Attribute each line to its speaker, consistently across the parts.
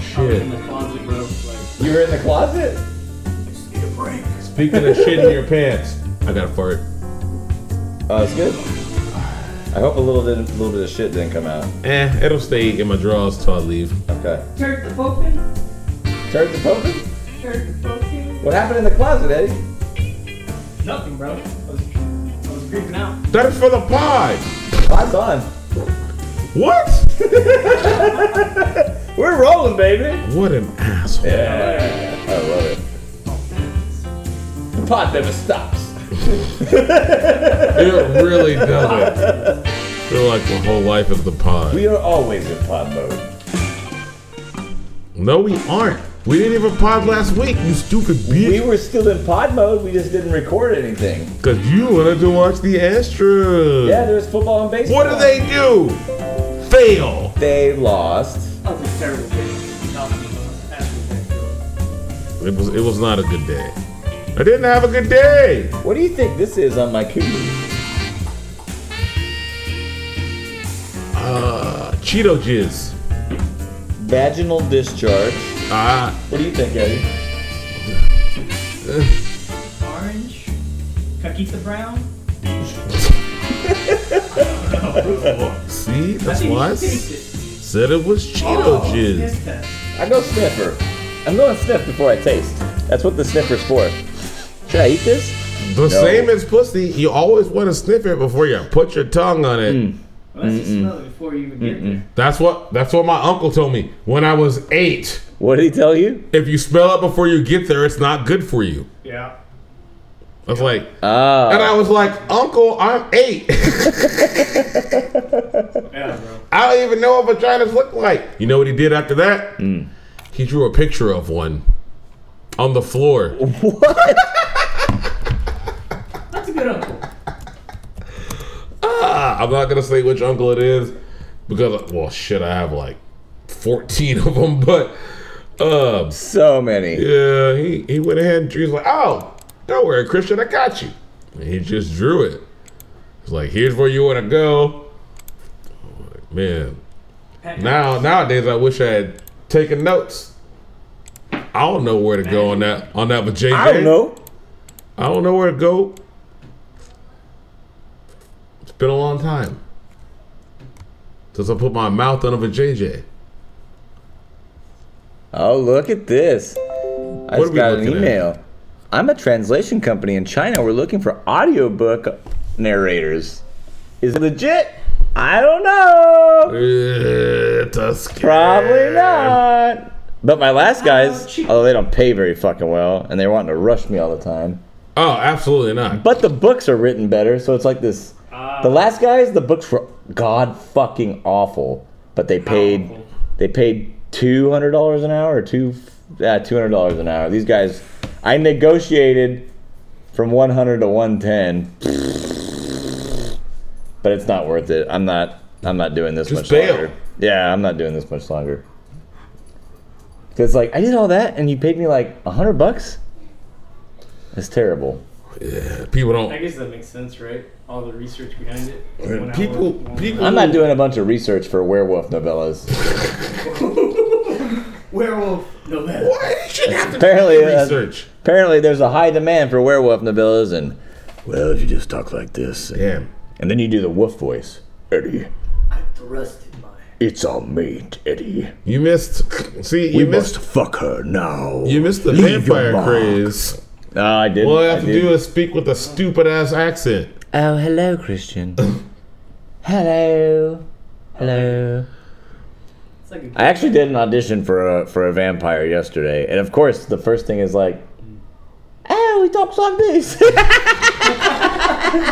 Speaker 1: shit.
Speaker 2: in the closet, bro. Like,
Speaker 3: You were in the closet?
Speaker 2: need a break.
Speaker 1: Speaking of shit in your pants, I got a fart.
Speaker 3: Oh, it's good. I hope a little bit, a little bit of shit didn't come out.
Speaker 1: Eh, it'll stay in my drawers till I leave.
Speaker 3: Okay.
Speaker 4: Turd the Pope,
Speaker 3: Turns the open.
Speaker 4: Turd the Pope.
Speaker 3: What happened in the closet, Eddie?
Speaker 2: Nothing, bro. I was, I was creeping out.
Speaker 1: That's for the pod.
Speaker 3: Lights on.
Speaker 1: What?
Speaker 3: We're rolling, baby.
Speaker 1: What an asshole.
Speaker 3: Yeah. I love it. The pot never stops.
Speaker 1: It really doesn't. Feel like my whole life is the pod.
Speaker 3: We are always in pod mode.
Speaker 1: no, we aren't. We didn't even pod last week, you stupid
Speaker 3: We
Speaker 1: bitch.
Speaker 3: were still in pod mode. We just didn't record anything.
Speaker 1: Because you wanted to watch the Astros.
Speaker 3: Yeah, there was football and baseball.
Speaker 1: What do they do? Fail.
Speaker 3: They lost.
Speaker 2: That was a terrible thing. That was an absolute thing.
Speaker 1: It was it was not a good day. I didn't have a good day.
Speaker 3: What do you think this is on my koozie?
Speaker 1: Uh, Cheeto jizz.
Speaker 3: Vaginal discharge.
Speaker 1: Ah,
Speaker 3: What do you think, Eddie?
Speaker 2: Orange, Kakita Brown.
Speaker 1: see,
Speaker 2: I
Speaker 1: that's
Speaker 2: think
Speaker 1: why I
Speaker 2: you
Speaker 1: s-
Speaker 2: taste it.
Speaker 1: said it was Cheeto
Speaker 2: Oh,
Speaker 1: jizz.
Speaker 2: taste test.
Speaker 3: I go sniffer. I'm going sniff before I taste. That's what the sniffer's for. Should I eat this?
Speaker 1: The same as pussy, you always want to sniff it before you put your tongue on it.
Speaker 2: Unless you smell it before you even get there.
Speaker 1: That's what that's what my uncle told me when I was eight.
Speaker 3: What did he tell you?
Speaker 1: If you smell it before you get there, it's not good for you.
Speaker 2: Yeah.
Speaker 1: I was like,
Speaker 3: Oh.
Speaker 1: and I was like, Uncle, I'm eight.
Speaker 2: Yeah, bro.
Speaker 1: I don't even know what vaginas look like. You know what he did after that? He drew a picture of one on the floor.
Speaker 2: That's a good uncle.
Speaker 1: Ah, I'm not gonna say which uncle it is because, well, shit, I have like 14 of them, but um,
Speaker 3: So many.
Speaker 1: yeah, he, he went ahead and he was like, oh, don't worry, Christian, I got you. And he just drew it. He's like, here's where you wanna go. I'm like, Man,
Speaker 2: Pat-
Speaker 1: Now nowadays, I wish I had taken notes. I don't know where to go on that on that vajayjay.
Speaker 3: I don't know.
Speaker 1: I don't know where to go. It's been a long time since I put my mouth on a vajayjay.
Speaker 3: Oh, look at this. I
Speaker 1: What are
Speaker 3: just
Speaker 1: we
Speaker 3: got an
Speaker 1: looking at?
Speaker 3: email. I'm a translation company in China. We're looking for audiobook narrators. Is it legit? I don't know.
Speaker 1: It's a scam.
Speaker 3: Probably not. But my last guys,
Speaker 2: cheap.
Speaker 3: although they don't pay very fucking well, and they're wanting to rush me all the time.
Speaker 1: Oh, absolutely not.
Speaker 3: But the books are written better, so it's like this.
Speaker 2: Ah,
Speaker 3: the last guys, the books were god fucking awful, but they paid
Speaker 2: awful?
Speaker 3: they paid two hundred dollars an hour or two yeah two hundred dollars an hour. These guys, I negotiated from one hundred to one ten, but it's not worth it. I'm not I'm not doing this
Speaker 1: Just
Speaker 3: much
Speaker 1: bail.
Speaker 3: longer. Yeah, I'm not doing this much longer. Cause like I did all that and you paid me like a hundred bucks. That's terrible.
Speaker 1: People
Speaker 2: I
Speaker 1: don't.
Speaker 2: guess that makes sense, right? All the research behind it.
Speaker 3: Uh,
Speaker 2: One hour,
Speaker 1: People-
Speaker 2: one
Speaker 1: people-
Speaker 3: I'm not doing a bunch of research for werewolf novellas.
Speaker 2: Werewolf. No, that.
Speaker 1: Why you should have to
Speaker 3: Apparently,
Speaker 1: do
Speaker 3: uh,
Speaker 1: research?
Speaker 3: Apparently, there's a high demand for werewolf novellas, and well, if you just talk like this,
Speaker 1: Damn.
Speaker 3: and then you do the wolf voice, Eddie,
Speaker 2: I thrusted my.
Speaker 3: it's our mate, Eddie.
Speaker 1: You missed. See, you missed.
Speaker 3: fuck her now.
Speaker 1: You missed the
Speaker 3: leave your
Speaker 1: vampire
Speaker 3: mark.
Speaker 1: craze.
Speaker 3: No, I didn't.
Speaker 1: All I
Speaker 3: I
Speaker 1: have to
Speaker 3: didn't.
Speaker 1: do is speak with a stupid ass accent.
Speaker 3: Oh, hello, Christian. hello, hello.
Speaker 2: It's like a
Speaker 3: I actually did an audition for a for a vampire yesterday, and of course, the first thing is like, "Oh, he talks like this."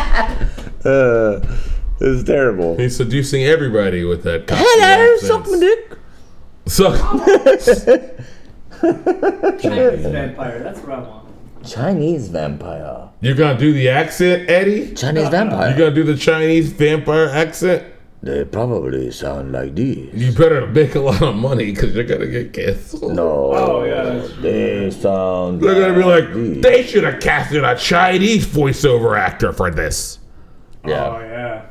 Speaker 3: uh, it was terrible.
Speaker 1: He's seducing everybody with that. cocky
Speaker 3: Hello,
Speaker 1: nonsense.
Speaker 3: suck my dick.
Speaker 1: Suck-
Speaker 2: Chinese vampire. That's what I want.
Speaker 3: Chinese vampire.
Speaker 1: You're gonna do the accent, Eddie?
Speaker 3: Chinese
Speaker 1: You're
Speaker 3: vampire.
Speaker 1: gonna do the Chinese vampire accent?
Speaker 3: They probably sound like this.
Speaker 1: You better make a lot of money because you're gonna get canceled.
Speaker 3: No.
Speaker 2: Oh, yeah, that's true.
Speaker 3: They sound.
Speaker 1: They're gonna be like,
Speaker 3: these.
Speaker 1: they should have casted a Chinese voiceover actor for this.
Speaker 3: Yeah.
Speaker 2: Oh yeah.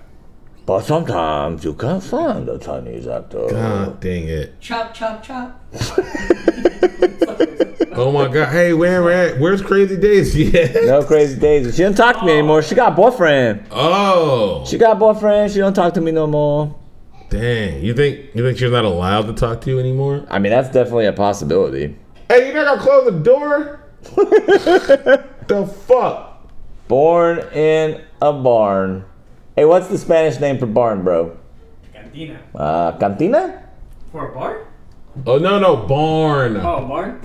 Speaker 3: But sometimes you can't find a Chinese actor.
Speaker 1: God Ah, dang it.
Speaker 2: Chop, chop, chop.
Speaker 1: Oh my god. Hey, where we at? Where's Crazy Daisy? Yeah.
Speaker 3: No crazy days. She don't talk to me anymore. She got boyfriend.
Speaker 1: Oh.
Speaker 3: She got boyfriend. She don't talk to me no more.
Speaker 1: Dang. You think you think she's not allowed to talk to you anymore?
Speaker 3: I mean, that's definitely a possibility.
Speaker 1: Hey, you not gonna close the door? the fuck?
Speaker 3: Born in a barn. Hey, what's the Spanish name for barn, bro?
Speaker 2: Cantina.
Speaker 3: Uh, cantina?
Speaker 2: For a bar?
Speaker 1: Oh no no barn.
Speaker 2: Oh, a bar?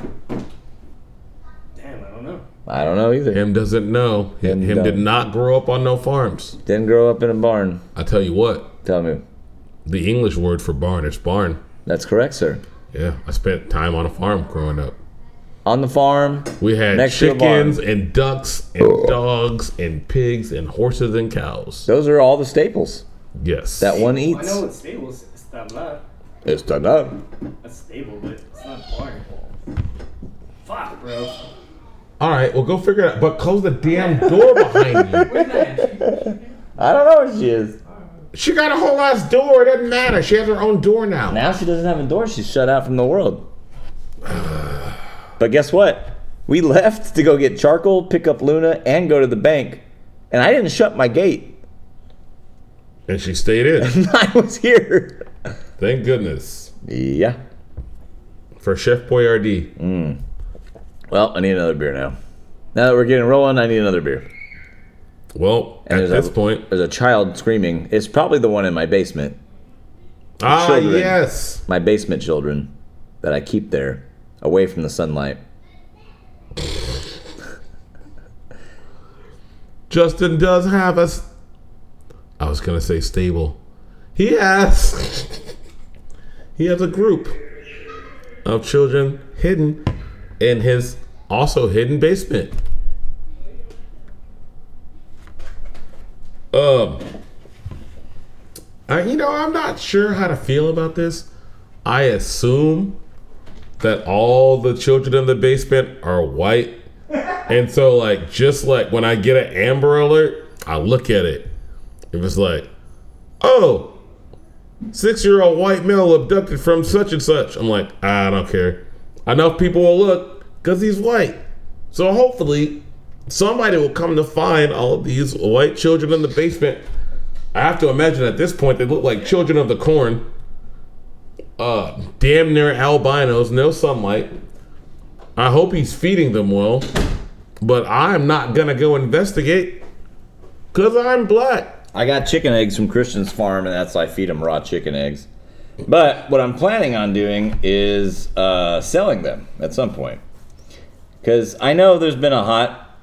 Speaker 2: Damn, I don't know.
Speaker 3: I don't know either.
Speaker 1: Him doesn't know. Him,
Speaker 3: Him
Speaker 1: him did
Speaker 3: don't.
Speaker 1: not grow up on no farms.
Speaker 3: Didn't grow up in a barn.
Speaker 1: I tell you what,
Speaker 3: Tell me.
Speaker 1: the English word for barn is barn.
Speaker 3: That's correct, sir.
Speaker 1: Yeah, I spent time on a farm growing up.
Speaker 3: On the farm.
Speaker 1: We had
Speaker 3: Next to the barn.
Speaker 1: chickens and ducks and dogs and pigs and horses and cows.
Speaker 3: Those are all the staples
Speaker 1: Yes.
Speaker 3: that one
Speaker 2: I
Speaker 3: eats.
Speaker 2: know it's stable. It's it's not love.
Speaker 3: It's done up.
Speaker 2: That's stable, but it's not barn. Fuck, bro.
Speaker 1: All right, well, go figure it out. But close the damn door behind you.
Speaker 2: Where's that?
Speaker 3: I don't know where she is.
Speaker 1: She got a whole ass door. It doesn't matter. She has her own door now.
Speaker 3: Now she doesn't have a door. She's shut out from the world. but guess what? We left to go get charcoal, pick up Luna, and go to the bank. And I didn't shut my gate.
Speaker 1: And she stayed in.
Speaker 3: I was here.
Speaker 1: Thank goodness
Speaker 3: Yeah.
Speaker 1: for Chef Boyardee.
Speaker 3: Well, I need another beer now. Now that we're getting rolling, I need another beer.
Speaker 1: Well,
Speaker 3: And
Speaker 1: at
Speaker 3: there's
Speaker 1: this
Speaker 3: a-
Speaker 1: point,
Speaker 3: There's a child screaming. It's probably the one in my basement.
Speaker 1: ah,
Speaker 3: children.
Speaker 1: yes.
Speaker 3: My basement children that I keep there, away from the sunlight.
Speaker 1: Justin does have us. I was gonna say stable. He has. he has a group of children hidden in his also hidden basement. Um, I, you know, I'm not sure how to feel about this. I assume that all the children in the basement are white and so, like, just like when I get an Amber Alert, I look at it. It was like, oh, six year old white male abducted from such and such. I'm like, "Ah, I don't care. Enough people will look because he's white. So, hopefully, somebody will come to find all of these white children in the basement. I have to imagine at this point they look like children of the corn. Uh, damn near albinos, no sunlight. I hope he's feeding them well, but I'm not gonna go investigate because I'm black.
Speaker 3: I got chicken eggs from Christian's farm, and that's why I feed them raw chicken eggs. But what I'm planning on doing is uh, selling them at some point. Because I know there's been a hot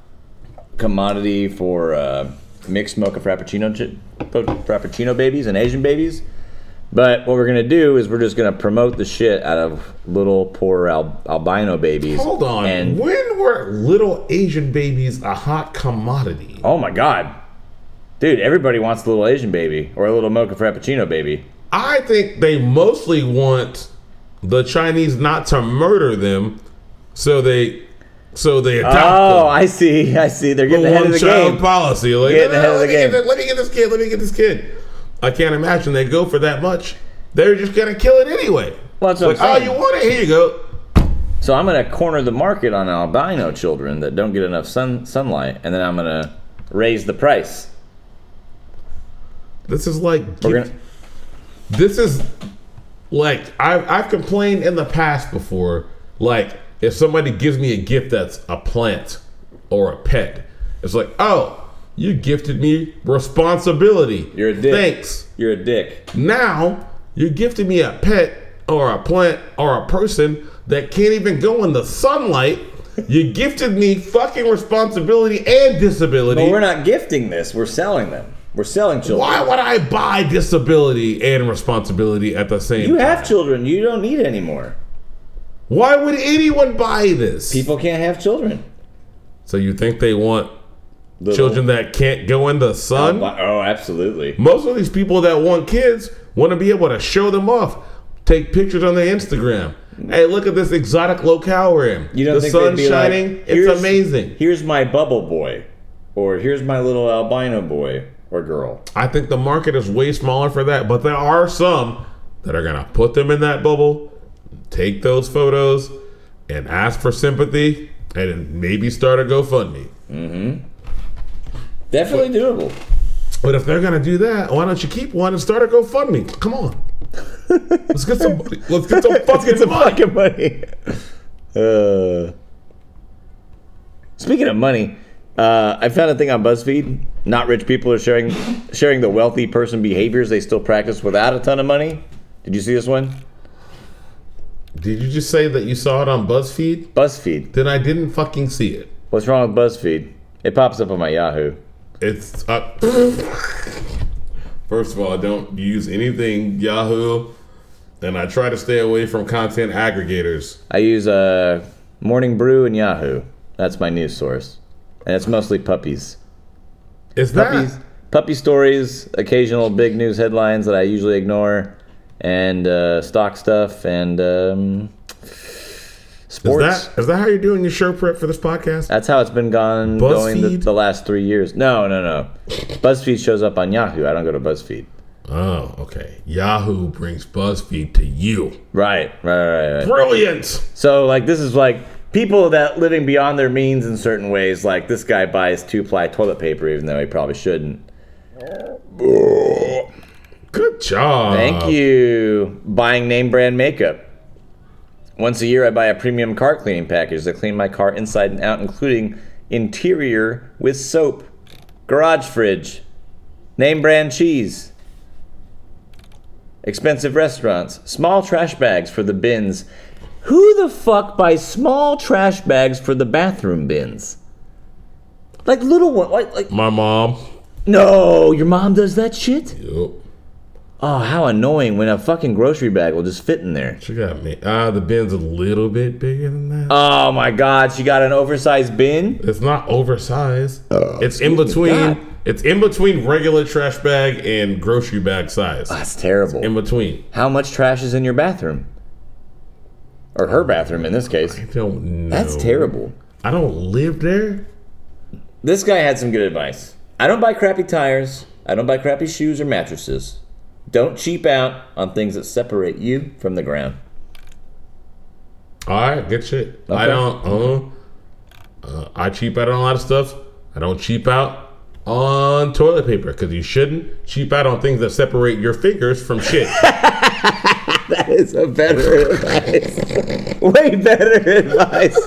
Speaker 3: commodity for uh, mixed mocha frappuccino, chi- frappuccino babies and Asian babies. But what we're going to do is we're just going to promote the shit out of little poor al- albino babies.
Speaker 1: Hold on.
Speaker 3: And,
Speaker 1: when were little Asian babies a hot commodity?
Speaker 3: oh my God. Dude, everybody wants a little Asian baby or a little mocha frappuccino baby.
Speaker 1: I think they mostly want the Chinese not to murder them, so they so they
Speaker 3: Oh,
Speaker 1: adopt
Speaker 3: I see. I see. They're
Speaker 1: them.
Speaker 3: getting ahead of
Speaker 1: one
Speaker 3: the
Speaker 1: child
Speaker 3: game.
Speaker 1: policy. Like,
Speaker 3: Getting ahead of
Speaker 1: let,
Speaker 3: the
Speaker 1: me get
Speaker 3: game.
Speaker 1: thi- let me get this kid. Let me get this kid. I can't imagine they go for that much. They're just gonna kill it anyway.
Speaker 3: Well, that's what
Speaker 1: Like,
Speaker 3: I'm
Speaker 1: oh,
Speaker 3: saying.
Speaker 1: you want it? Here you go.
Speaker 3: so I'm gonna corner the market on albino children that don't get enough sun sunlight, and then I'm gonna raise the price.
Speaker 1: This is like
Speaker 3: We're gonna.
Speaker 1: this is like I've I've complained in the past before. Like if somebody gives me a gift that's a plant or a pet, it's like, oh, you gifted me responsibility.
Speaker 3: You're a dick.
Speaker 1: Thanks.
Speaker 3: You're a dick.
Speaker 1: Now you're gifting me a pet or a plant or a person that can't even go in the sunlight. You gifted me fucking responsibility and disability.
Speaker 3: But we're not gifting this. We're selling them. We're selling children.
Speaker 1: Why would I buy disability and responsibility at the same time?
Speaker 3: You have children. You don't need any more.
Speaker 1: Why would anyone buy this?
Speaker 3: People can't have children.
Speaker 1: So you think they want
Speaker 3: Little-
Speaker 1: children that can't go in the sun?
Speaker 3: Oh, absolutely.
Speaker 1: Most of these people that want kids want to be able to show them off, take pictures on their Instagram. Hey, look at this exotic locale we're in.
Speaker 3: Mm. You don't
Speaker 1: the
Speaker 3: think
Speaker 1: sun's
Speaker 3: they'd be like,
Speaker 1: shining.
Speaker 3: "Here's-
Speaker 1: it's amazing.
Speaker 3: Here's my bubble boy, or here's my little albino boy, or girl.
Speaker 1: I think the market is way smaller for that, but there are some that are gonna put them in that bubble, take those photos, and ask for sympathy, and then maybe start a GoFundMe.
Speaker 3: Definitely doable.
Speaker 1: But if they're gonna do that, why don't you keep one and start a GoFundMe? Come on, let's get some. Let's get some fucking money.
Speaker 3: fucking money. Uh, speaking of money, uh, I found a thing on BuzzFeed. Not rich people are sharing sharing the wealthy person behaviors they still practice without a ton of money. Did you see this one?
Speaker 1: Did you just say that you saw it on BuzzFeed?
Speaker 3: BuzzFeed.
Speaker 1: Then I didn't fucking see it.
Speaker 3: What's wrong with BuzzFeed? It pops up on my Yahoo.
Speaker 1: It's uh, first of all, I don't use anything Yahoo, and I try to stay away from content aggregators.
Speaker 3: I use uh, Morning Brew and Yahoo. That's my news source, and it's mostly puppies.
Speaker 1: Is
Speaker 3: puppies, puppy stories, occasional big news headlines that I usually ignore, and uh, stock stuff and um,
Speaker 1: that is
Speaker 3: sports.
Speaker 1: that is that how you're doing your show prep for this podcast?
Speaker 3: That's how it's been gone going the,
Speaker 1: BuzzFeed?
Speaker 3: the last three years. No, no, no. BuzzFeed shows up on Yahoo. I don't go to BuzzFeed.
Speaker 1: Oh, okay. Yahoo brings BuzzFeed to you.
Speaker 3: Right, right, right, right.
Speaker 1: Brilliant.
Speaker 3: So like this is like people that living beyond their means in certain ways. Like this guy buys two ply toilet paper even though he probably shouldn't.
Speaker 1: Good job.
Speaker 3: Thank you. Buying name brand makeup. Once a year, I buy a premium car cleaning package to clean my car inside and out, including interior with soap, garage fridge, name brand cheese, expensive restaurants, small trash bags for the bins. Who the fuck buys small trash bags for the bathroom bins? Like little one, like like.
Speaker 1: My mom.
Speaker 3: No, your mom does that shit.
Speaker 1: Yep.
Speaker 3: Oh, how annoying when a fucking grocery bag will just fit in there.
Speaker 1: She got me. Ah, the bin's a little bit bigger than that.
Speaker 3: Oh my god, she got an oversized bin?
Speaker 1: it's not oversized.
Speaker 3: Oh,
Speaker 1: it's in between.
Speaker 3: God.
Speaker 1: It's in between regular trash bag and grocery bag size.
Speaker 3: That's
Speaker 1: in
Speaker 3: terrible.
Speaker 1: between.
Speaker 3: How much trash is in your bathroom? Or her bathroom in this case.
Speaker 1: I don't know.
Speaker 3: That's terrible.
Speaker 1: I don't live there.
Speaker 3: This guy had some good advice. I don't buy crappy tires, I don't buy crappy shoes or mattresses. Don't cheap out on things that separate you from the ground.
Speaker 1: All right, good shit. I
Speaker 3: Okay.
Speaker 1: don't. Uh, uh, I cheap out on a lot of stuff. I don't cheap out on toilet paper because you shouldn't cheap out on things that separate your fingers from shit.
Speaker 3: That is a better advice. Way better advice.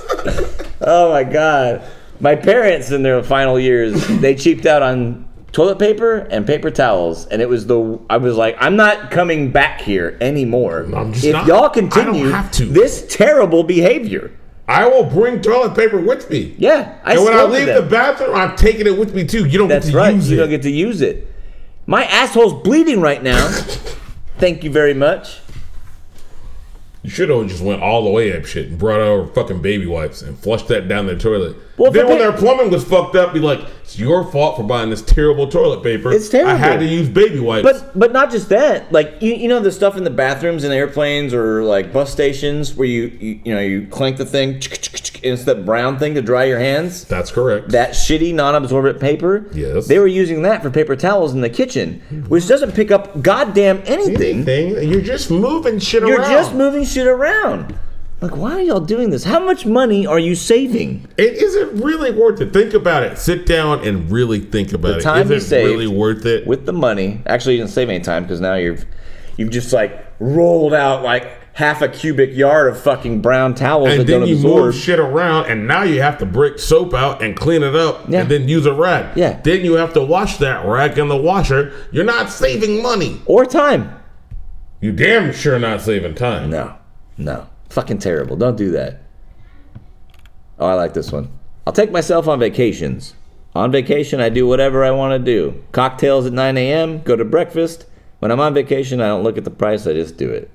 Speaker 3: Oh my god. My parents in their final years, they cheaped out on toilet paper and paper towels, and it was the I was like, I'm not coming back here anymore.
Speaker 1: I'm just
Speaker 3: if
Speaker 1: not. I
Speaker 3: y'all
Speaker 1: don't
Speaker 3: continue
Speaker 1: have to.
Speaker 3: this terrible behavior.
Speaker 1: I will bring toilet paper with me.
Speaker 3: Yeah, I
Speaker 1: And when I
Speaker 3: spoke to
Speaker 1: leave
Speaker 3: them.
Speaker 1: the bathroom, I'm taking it with me too. You don't
Speaker 3: That's
Speaker 1: get to
Speaker 3: right.
Speaker 1: use
Speaker 3: You
Speaker 1: it.
Speaker 3: don't get to use it. My asshole's bleeding right now. Thank you very much.
Speaker 1: you should have just went all the way up shit and brought over fucking baby wipes and flushed that down their toilet.
Speaker 3: Well,
Speaker 1: then
Speaker 3: the
Speaker 1: when
Speaker 3: pa-
Speaker 1: their plumbing was fucked up, be like, it's your fault for buying this terrible toilet paper.
Speaker 3: It's
Speaker 1: I had
Speaker 3: terrible.
Speaker 1: to use baby wipes.
Speaker 3: But but not just that. Like you you know the stuff in the bathrooms and airplanes or like bus stations where you you, you know you clank the thing and it's that brown thing to dry your hands.
Speaker 1: That's correct.
Speaker 3: That shitty non-absorbent paper.
Speaker 1: Yes.
Speaker 3: They were using that for paper towels in the kitchen, which doesn't pick up goddamn anything.
Speaker 1: Anything. You're just moving shit
Speaker 3: You're
Speaker 1: around.
Speaker 3: just moving shit around. Like, why are y'all doing this? How much money are you saving?
Speaker 1: it isn't really worth it. Think about it. Sit down and really think about it.
Speaker 3: time you
Speaker 1: is it
Speaker 3: saved
Speaker 1: really worth it?
Speaker 3: with the money. Actually, you didn't save any time because now you've you've just like rolled out like half a cubic yard of fucking brown towels
Speaker 1: and
Speaker 3: that
Speaker 1: then
Speaker 3: don't
Speaker 1: you
Speaker 3: absorb.
Speaker 1: move shit around, and now you have to break soap out and clean it up,
Speaker 3: Yeah.
Speaker 1: and then use a rag.
Speaker 3: Yeah.
Speaker 1: Then you have to wash that rag in the washer. You're not saving money.
Speaker 3: or time.
Speaker 1: You damn sure not saving time.
Speaker 3: No, no, fucking terrible. Don't do that. Oh, I like this one. I'll take myself on vacations. On vacation, I do whatever I want to do. Cocktails at 9 a.m. Go to breakfast. When I'm on vacation, I don't look at the price. I just do it.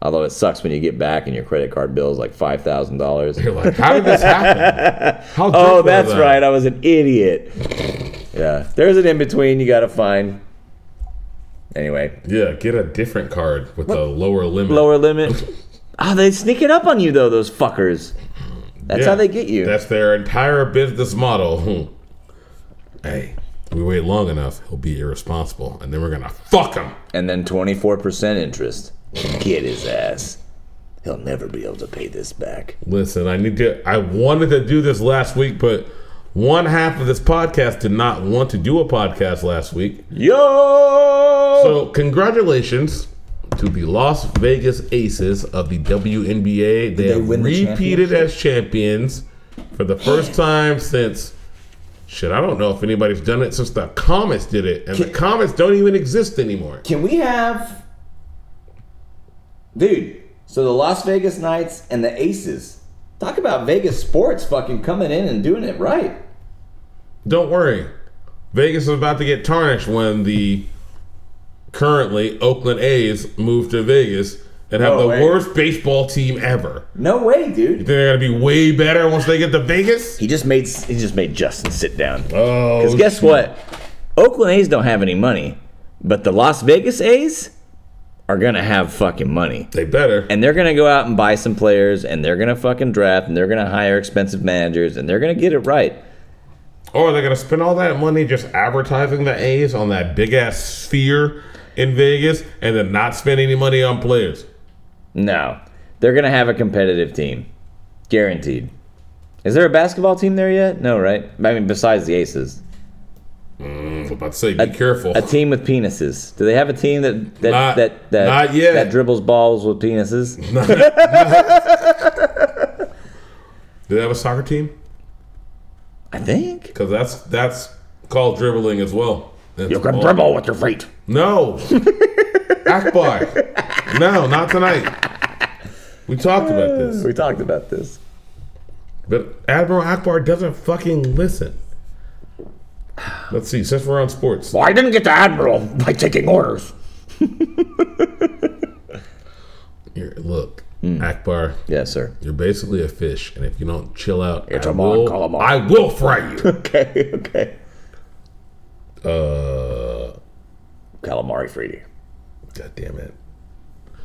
Speaker 3: Although it sucks when you get back and your credit card bill is like five thousand dollars.
Speaker 1: You're like, how did this happen? How drunk
Speaker 3: Oh,
Speaker 1: was
Speaker 3: that's
Speaker 1: I?
Speaker 3: right. I was an idiot. Yeah, there's an in between you gotta find. Anyway,
Speaker 1: Yeah, get a different card with a lower limit.
Speaker 3: lower limit. Oh, they sneak it up on you though. Those fuckers. That's
Speaker 1: Yeah.
Speaker 3: how they get you.
Speaker 1: That's their entire business model. Hmm. Hey, We wait long enough, he'll be irresponsible, and then we're gonna fuck him.
Speaker 3: and then 24% interest. Get his ass. He'll never be able to pay this back.
Speaker 1: Listen, I need to. I wanted to do this last week, but one half of this podcast did not want to do a podcast last week.
Speaker 3: Yo!
Speaker 1: So, congratulations to the Las Vegas Aces of the WNBA. They,
Speaker 3: they
Speaker 1: have
Speaker 3: win the
Speaker 1: repeated as champions for the first time since. Shit, I don't know if anybody's done it since the Comets did it, and the Comets don't even exist anymore.
Speaker 3: Can we have. Dude, so the Las Vegas Knights and the Aces. Talk about Vegas sports fucking coming in and doing it right.
Speaker 1: Don't worry, Vegas is about to get tarnished when the currently Oakland A's move to Vegas and have
Speaker 3: No
Speaker 1: the
Speaker 3: way.
Speaker 1: worst baseball team ever.
Speaker 3: No way, dude.
Speaker 1: They're gonna be way better once they get to Vegas.
Speaker 3: He just made he just made Justin sit down.
Speaker 1: Oh,
Speaker 3: Because guess what? Oakland A's don't have any money, but the Las Vegas A's are going to have fucking money.
Speaker 1: they better.
Speaker 3: And they're going to go out and buy some players, and they're going to fucking draft, and they're going to hire expensive managers, and they're going to get it right.
Speaker 1: Or they're gonna spend all that money just advertising the A's on that big ass sphere in Vegas, and then not spend any money on players.
Speaker 3: No, they're going to have a competitive team. Guaranteed. Is there a basketball team there yet? No, right? I mean, besides the Aces.
Speaker 1: I was about to say, be careful.
Speaker 3: A team with penises. Do they have a team that that
Speaker 1: Not-
Speaker 3: that that,
Speaker 1: not yet.
Speaker 3: that dribbles balls with penises?
Speaker 1: Do they have a soccer team?
Speaker 3: I think.
Speaker 1: Because that's that's called dribbling as well. That's
Speaker 3: You can
Speaker 1: all-
Speaker 3: dribble with your feet.
Speaker 1: No, Akbar. No, not tonight. We talked about this,
Speaker 3: We talked about this.
Speaker 1: but Admiral Akbar doesn't fucking listen. Let's see. Since we're on sports,
Speaker 3: Well, I didn't get to Admiral by taking orders.
Speaker 1: Here, look,
Speaker 3: Hmm.
Speaker 1: Akbar,
Speaker 3: Yes, sir.
Speaker 1: You're basically a fish, and if you don't chill out,
Speaker 3: It's
Speaker 1: I,
Speaker 3: a mon
Speaker 1: will,
Speaker 3: calamari.
Speaker 1: I will fry you.
Speaker 3: Okay, okay.
Speaker 1: uh,
Speaker 3: Calamari Freddy.
Speaker 1: God damn it.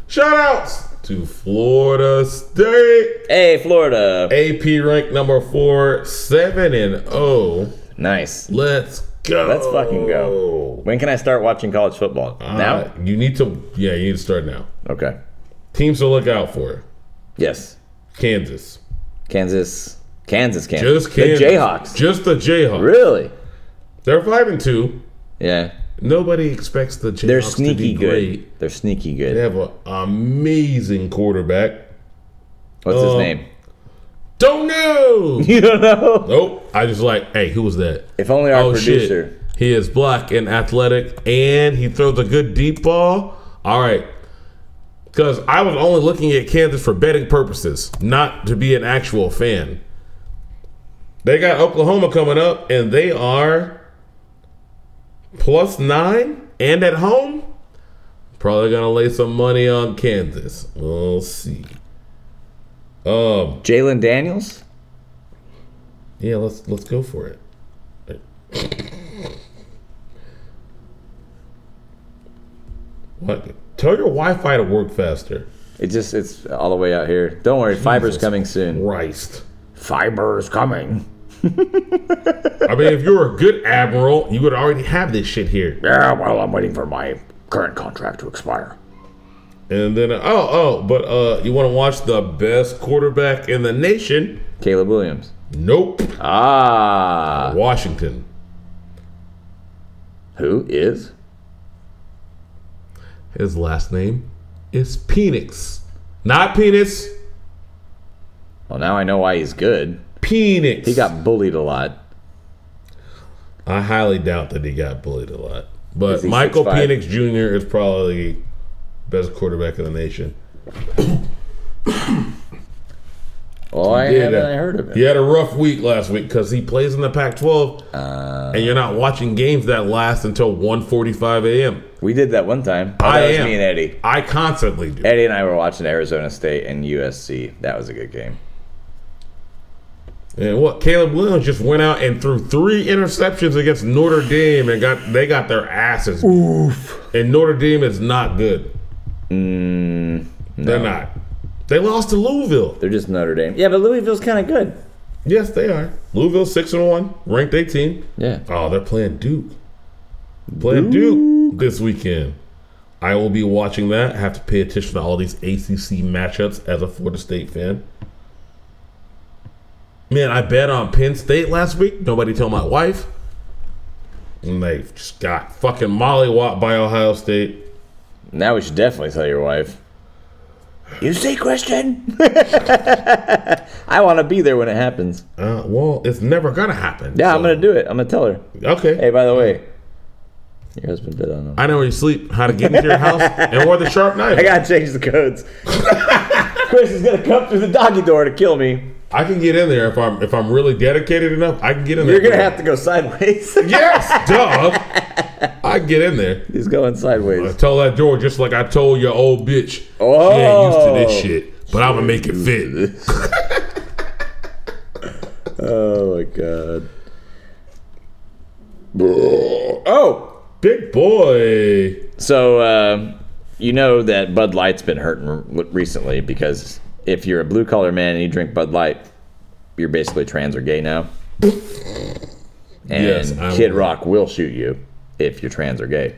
Speaker 1: Shout outs to Florida State.
Speaker 3: Hey, Florida.
Speaker 1: AP rank number four, 7 and oh. 0.
Speaker 3: Nice.
Speaker 1: Let's go.
Speaker 3: Let's fucking go. When can I start watching college football?
Speaker 1: Uh,
Speaker 3: now?
Speaker 1: You need to, yeah, you need to start now.
Speaker 3: Okay.
Speaker 1: Teams to look out for
Speaker 3: Yes.
Speaker 1: Kansas.
Speaker 3: Kansas. Kansas, Kansas.
Speaker 1: Just Kansas.
Speaker 3: The Jayhawks.
Speaker 1: Just the Jayhawks.
Speaker 3: really?
Speaker 1: They're 5 and 2.
Speaker 3: Yeah.
Speaker 1: Nobody expects the Jayhawks
Speaker 3: They're
Speaker 1: to be
Speaker 3: sneaky good.
Speaker 1: great.
Speaker 3: They're sneaky good.
Speaker 1: They have an amazing quarterback.
Speaker 3: What's his
Speaker 1: Uh,
Speaker 3: name?
Speaker 1: Don't know.
Speaker 3: You don't know?
Speaker 1: nope. I just like, hey, who was that?
Speaker 3: If only our
Speaker 1: oh
Speaker 3: producer.
Speaker 1: shit. He is black and athletic, and he throws a good deep ball. All right. Because I was only looking at Kansas for betting purposes, not to be an actual fan. They got Oklahoma coming up, and they are plus nine and at home. Probably gonna lay some money on Kansas. We'll see. Um,
Speaker 3: Jalen Daniels?
Speaker 1: Yeah, let's let's go for it. Like- what? Tell your Wi-Fi to work faster.
Speaker 3: It just, it's all the way out here. Don't worry, fiber's coming soon.
Speaker 1: Christ.
Speaker 3: Fiber's coming.
Speaker 1: I mean, if you're a good admiral, you would already have this shit here.
Speaker 3: Yeah, well, I'm waiting for my current contract to expire.
Speaker 1: And then, oh, oh, but uh, you want to watch the best quarterback in the nation?
Speaker 3: Caleb Williams.
Speaker 1: Nope.
Speaker 3: Ah,
Speaker 1: Washington.
Speaker 3: who is?
Speaker 1: His last name is Penix. Not penis.
Speaker 3: Well, now I know why he's good.
Speaker 1: Penix.
Speaker 3: He got bullied a lot.
Speaker 1: I highly doubt that he got bullied a lot. But
Speaker 3: Is he
Speaker 1: Michael
Speaker 3: 6'5"?
Speaker 1: Penix Jr. is probably best quarterback in the nation.
Speaker 3: Well, Oh, I
Speaker 1: Yeah,
Speaker 3: haven't
Speaker 1: that-
Speaker 3: heard of him.
Speaker 1: He had a rough week last week because he plays in the Pac-12,
Speaker 3: Uh,
Speaker 1: and you're not watching games that last until 1:45 a.m.
Speaker 3: We did that one time. Oh,
Speaker 1: I
Speaker 3: that was
Speaker 1: am.
Speaker 3: me and Eddie.
Speaker 1: I constantly do.
Speaker 3: Eddie and I were watching Arizona State and USC. That was a good game.
Speaker 1: And what Caleb Williams just went out and threw three interceptions against Notre Dame and got they got their asses. Oof. And Notre Dame is not good.
Speaker 3: Mm,
Speaker 1: They're not. They lost to Louisville.
Speaker 3: They're just Notre Dame. Yeah, but Louisville's kind of good.
Speaker 1: Yes, they are. Louisville six and one, ranked 18.
Speaker 3: Yeah.
Speaker 1: Oh, they're playing Duke. Playing Duke. this weekend. I will be watching that. I have to pay attention to all these ACC matchups as a Florida State fan. Man, I bet on Penn State last week. Nobody told my wife. And they just got fucking mollywopped by Ohio State.
Speaker 3: Now we should definitely tell your wife. You see, Christian? I want to be there when it happens.
Speaker 1: Uh, well, it's never gonna happen.
Speaker 3: Yeah, I'm gonna do it. I'm gonna tell her.
Speaker 1: it. Okay.
Speaker 3: Hey, by the way, your husband bid on them.
Speaker 1: I know where you sleep, how to get into your house, and where the sharp knife.
Speaker 3: I gotta change the codes. Chris is gonna come through the doggy door to kill me.
Speaker 1: I can get in there if I'm if I'm really dedicated enough. I can get in there.
Speaker 3: You're gonna have to go sideways.
Speaker 1: Yes, duh. I can get in there.
Speaker 3: He's going
Speaker 1: I
Speaker 3: sideways.
Speaker 1: tell that door just like I told your old bitch. She ain't used to
Speaker 3: Oh.
Speaker 1: this shit, but I'm gonna make it fit.
Speaker 3: Oh my god. Oh,
Speaker 1: Big boy.
Speaker 3: so uh, you know that Bud Light's been hurting re- recently because if you're a blue collar man and you drink Bud Light, you're basically trans or gay now. And
Speaker 1: Yes, I'm
Speaker 3: Kid
Speaker 1: aware.
Speaker 3: Rock will shoot you if you're trans or gay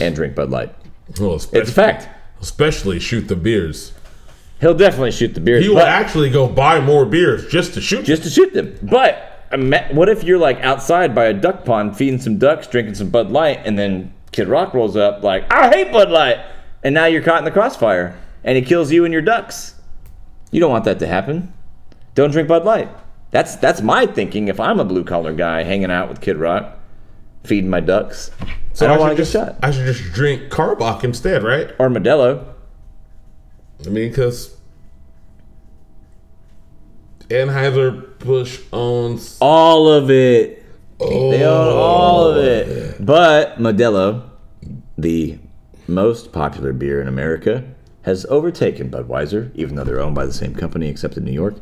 Speaker 3: and drink Bud Light.
Speaker 1: Well,
Speaker 3: It's a
Speaker 1: especially,
Speaker 3: fact.
Speaker 1: especially shoot the beers.
Speaker 3: He'll definitely shoot the beer.
Speaker 1: He will
Speaker 3: but-
Speaker 1: actually go buy more beers just to shoot.
Speaker 3: just to shoot them. But ima- what if you're like outside by a duck pond feeding some ducks, drinking some Bud Light, and then Kid Rock rolls up like, I hate Bud Light, and now you're caught in the crossfire, and he kills you and your ducks. You don't want that to happen. Don't drink Bud Light. That's that's my thinking. If I'm a blue collar guy hanging out with Kid Rock, feeding my ducks,
Speaker 1: so
Speaker 3: I don't
Speaker 1: should
Speaker 3: want to get
Speaker 1: just-
Speaker 3: shot.
Speaker 1: I should just drink Carbach instead, right?
Speaker 3: Or Modelo.
Speaker 1: I mean, because Anheuser Busch owns
Speaker 3: All of it.
Speaker 1: oh,
Speaker 3: They own all of it. But Modelo, the most popular beer in America, has overtaken Budweiser, even though they're owned by the same company except in New York.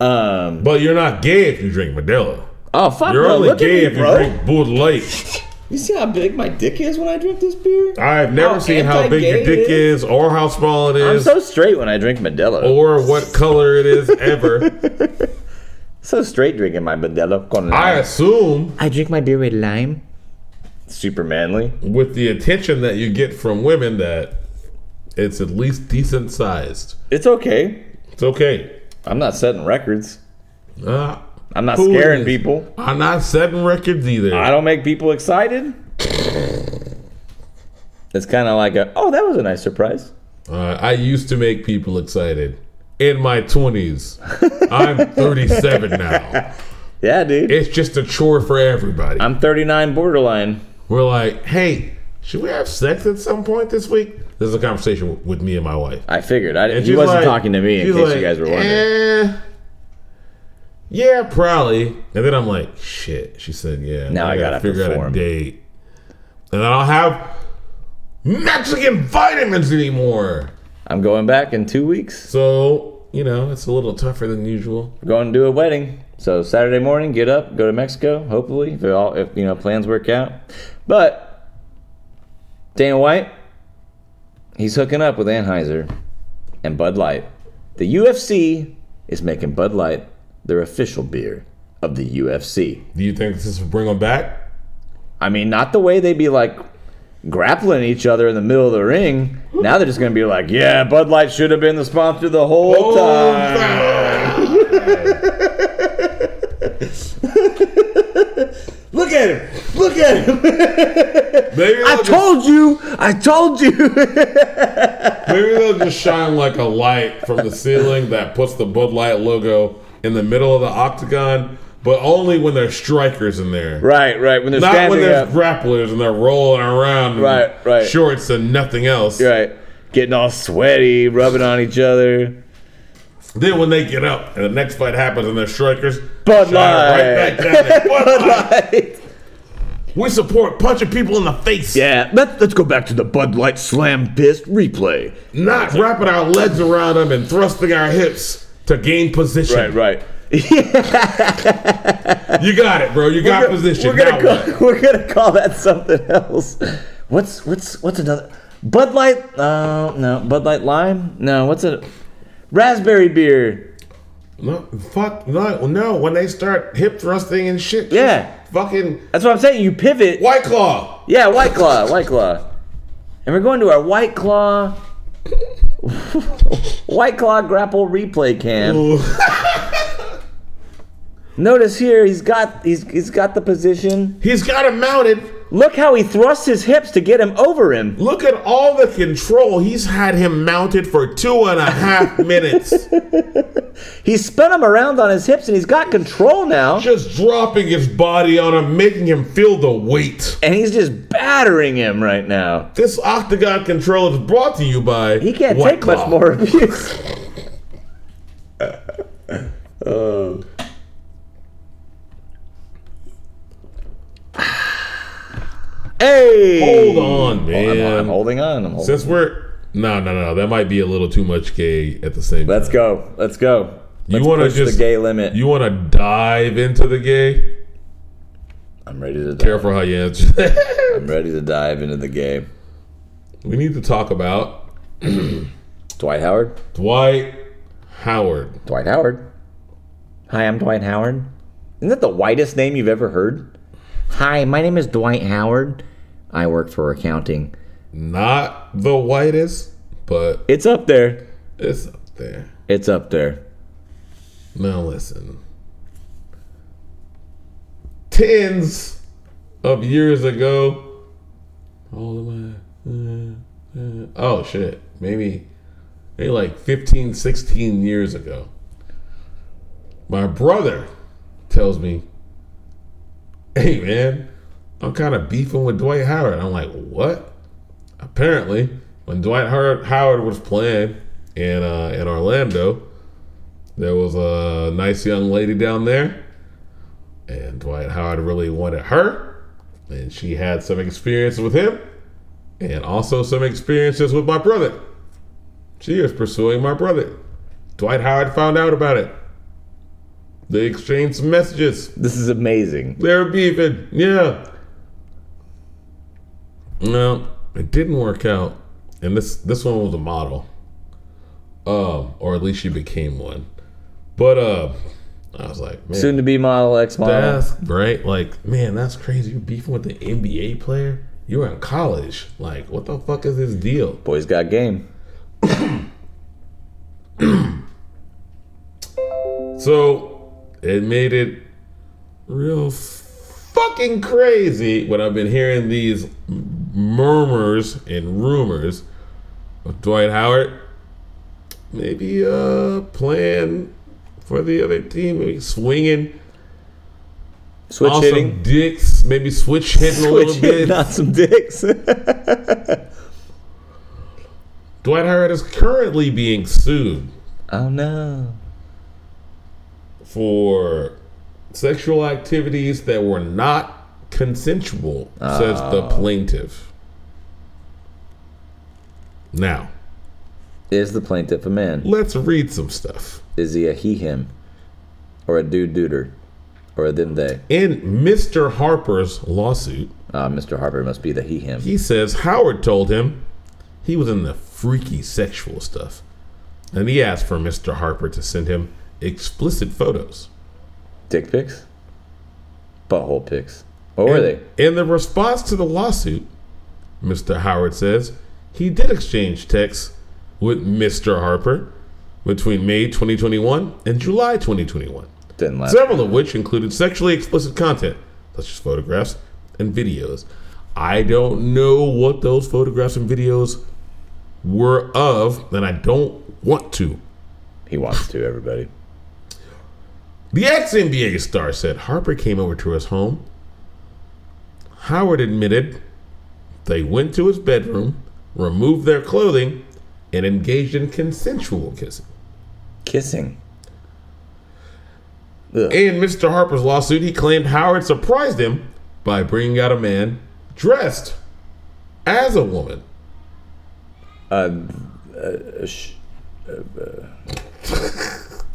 Speaker 3: Um,
Speaker 1: But you're not gay if you drink Modelo.
Speaker 3: oh, fuck
Speaker 1: You're
Speaker 3: no.
Speaker 1: only
Speaker 3: Look
Speaker 1: gay
Speaker 3: at
Speaker 1: if
Speaker 3: me,
Speaker 1: you
Speaker 3: bro.
Speaker 1: drink Bud Light.
Speaker 3: You see how big my dick is when I drink this beer?
Speaker 1: I've never
Speaker 3: How
Speaker 1: seen how big your
Speaker 3: anti-gay
Speaker 1: dick
Speaker 3: it
Speaker 1: is. or how small it
Speaker 3: I'm
Speaker 1: is
Speaker 3: so straight when I drink Modelo.
Speaker 1: or what color it is ever.
Speaker 3: So straight drinking my Modelo con
Speaker 1: I
Speaker 3: lime.
Speaker 1: assume
Speaker 3: I drink my beer with lime. Super manly.
Speaker 1: with the attention that you get from women that it's at least decent sized.
Speaker 3: It's okay.
Speaker 1: It's okay.
Speaker 3: I'm not setting records.
Speaker 1: Uh,
Speaker 3: I'm not
Speaker 1: Who
Speaker 3: scaring
Speaker 1: is?
Speaker 3: people.
Speaker 1: I'm not setting records either.
Speaker 3: I don't make people excited. It's kind of like a, oh, that was a nice surprise.
Speaker 1: Uh, I used to make people excited in my 20s. I'm 37 now.
Speaker 3: Yeah, dude.
Speaker 1: It's just a chore for everybody.
Speaker 3: I'm 39 borderline.
Speaker 1: We're like, hey, should we have sex at some point this week? This is a conversation w- with me and my wife.
Speaker 3: I figured. I,
Speaker 1: And
Speaker 3: he
Speaker 1: she's
Speaker 3: wasn't
Speaker 1: like-
Speaker 3: talking to me in
Speaker 1: she's
Speaker 3: case
Speaker 1: like,
Speaker 3: you guys were wondering.
Speaker 1: "Eh, yeah, probably. And then I'm like, shit. She said, yeah.
Speaker 3: Now I gotta
Speaker 1: figure out a
Speaker 3: perform.
Speaker 1: date. And I don't have Mexican vitamins anymore.
Speaker 3: I'm going back in two weeks.
Speaker 1: So, you know, it's a little tougher than usual.
Speaker 3: We're going to do a wedding. So Saturday morning, get up, go to Mexico. Hopefully, if it all, if you know, plans work out. But Dana White, he's hooking up with Anheuser and Bud Light. The UFC is making Bud Light their official beer of the UFC.
Speaker 1: Do you think this will bring them back?
Speaker 3: I mean, not the way they'd be like grappling each other in the middle of the ring. Now they're just going to be like, yeah, Bud Light should have been the sponsor the whole time. Look at him. Look at him.
Speaker 1: Maybe
Speaker 3: I
Speaker 1: they'll, just,
Speaker 3: told you. I told you.
Speaker 1: maybe they'll just shine like a light from the ceiling that puts the Bud Light logo in the middle of the octagon, but only when there's strikers in there.
Speaker 3: right, right. When they're
Speaker 1: Not when
Speaker 3: standing
Speaker 1: there's
Speaker 3: up.
Speaker 1: grapplers and they're rolling around in
Speaker 3: Right, right.
Speaker 1: shorts and nothing else.
Speaker 3: right. Getting all sweaty, rubbing on each other.
Speaker 1: Then when they get up and the next fight happens and they're strikers,
Speaker 3: Bud
Speaker 1: shine right
Speaker 3: Light.
Speaker 1: back down there. Bud Light.
Speaker 3: Right.
Speaker 1: We support punching people in the face,
Speaker 3: Yeah, let, let's go back to the Bud Light Slam Fist replay.
Speaker 1: not wrapping our legs around them and thrusting our hips to gain position.
Speaker 3: Right, right.
Speaker 1: You got it, bro. You got
Speaker 3: We're-
Speaker 1: position.
Speaker 3: We're gonna,
Speaker 1: Now
Speaker 3: call,
Speaker 1: what?
Speaker 3: we're gonna call that something else. What's what's what's another Bud Light? Uh, no, Bud Light Lime. No, what's it? Raspberry beer.
Speaker 1: No, fuck no, no. When they start hip thrusting and shit, just
Speaker 3: Yeah.
Speaker 1: fucking
Speaker 3: That's what I'm saying. You pivot.
Speaker 1: white claw.
Speaker 3: Yeah, White Claw, White Claw. And we're going to our White Claw White Claw grapple replay cam.
Speaker 1: Ooh.
Speaker 3: Notice here he's got he's he's got the position.
Speaker 1: He's got him mounted.
Speaker 3: Look how he thrusts his hips to get him over him.
Speaker 1: Look at all the control. He's had him mounted for two and a half minutes,
Speaker 3: He spun him around on his hips and he's got control now.
Speaker 1: just dropping his body on him, making him feel the weight.
Speaker 3: And he's just battering him right now.
Speaker 1: This octagon control is brought to you by.
Speaker 3: He can't
Speaker 1: White
Speaker 3: take much
Speaker 1: Claw.
Speaker 3: more abuse. Uh, hey!
Speaker 1: Hold on, man.
Speaker 3: I'm, I'm holding on. I'm holding.
Speaker 1: Since we're no, no, no, that might be a little too much gay at the same. time.
Speaker 3: Let's go. Let's go.
Speaker 1: You
Speaker 3: Let's
Speaker 1: wanna
Speaker 3: push
Speaker 1: just-
Speaker 3: the gay limit?
Speaker 1: You want to dive into the gay?
Speaker 3: I'm ready to. Dive.
Speaker 1: Careful how you answer. that.
Speaker 3: I'm ready to dive into the gay.
Speaker 1: we need to talk about
Speaker 3: Dwight Howard.
Speaker 1: Dwight Howard.
Speaker 3: Dwight Howard. Hi, I'm Dwight Howard. Isn't that the whitest name you've ever heard? Hi, my name is Dwight Howard. I work for accounting.
Speaker 1: Not the whitest, but
Speaker 3: It's up there.
Speaker 1: it's up there.
Speaker 3: It's up there.
Speaker 1: Now listen. Tens of years ago. All the way. uh, uh, Oh shit. Maybe maybe like 15, 16 years ago. My brother tells me, Hey man, I'm kind of beefing with Dwight Howard. I'm like, what? Apparently, when Dwight Howard, Howard was playing in uh, in Orlando, there was a nice young lady down there, and Dwight Howard really wanted her, and she had some experiences with him, and also some experiences with my brother. She was pursuing my brother. Dwight Howard found out about it. They exchanged some messages.
Speaker 3: This is amazing.
Speaker 1: They were beefing. Yeah. No, it didn't work out, and this this one was a model, um, or at least she became one. But uh, I was like, man,
Speaker 3: Soon to be model, ex model.
Speaker 1: that's right. Like, man, that's crazy. You beefing with the NBA player. You were in college. Like, what the fuck is this deal?
Speaker 3: Boys got game.
Speaker 1: So it made it real fucking crazy when I've been hearing these m- murmurs and rumors of Dwight Howard maybe uh playing for the other team, maybe swinging,
Speaker 3: Switch
Speaker 1: on
Speaker 3: hitting.
Speaker 1: some dicks, maybe switch hitting a
Speaker 3: Switch
Speaker 1: little
Speaker 3: hitting
Speaker 1: bit.
Speaker 3: on some dicks.
Speaker 1: Dwight Howard is currently being sued
Speaker 3: oh no.
Speaker 1: for sexual activities that were not consensual, says the plaintiff. Now,
Speaker 3: Is the plaintiff a man?
Speaker 1: let's read some stuff.
Speaker 3: Is he a he him? Or a dude duder? Or a them they?
Speaker 1: In Mr. Harper's lawsuit,
Speaker 3: Uh, Mr. Harper must be the he him.
Speaker 1: he says Howard told him he was in the freaky sexual stuff, and he asked for Mr. Harper to send him explicit photos.
Speaker 3: Dick pics? Butthole pics. What were they?
Speaker 1: In the response to the lawsuit, Mr. Howard says he did exchange texts with Mr. Harper between May 2021 and July 2021,
Speaker 3: Didn't last.
Speaker 1: several of which included sexually explicit content, such as photographs and videos. I don't know what those photographs and videos were of, and I don't want to.
Speaker 3: He wants to, everybody.
Speaker 1: The ex NBA star said Harper came over to his home. Howard admitted they went to his bedroom, removed their clothing, and engaged in consensual kissing.
Speaker 3: Kissing. Ugh.
Speaker 1: In Mr. Harper's lawsuit, he claimed Howard surprised him by bringing out a man dressed as a woman.
Speaker 3: Sh- uh, uh,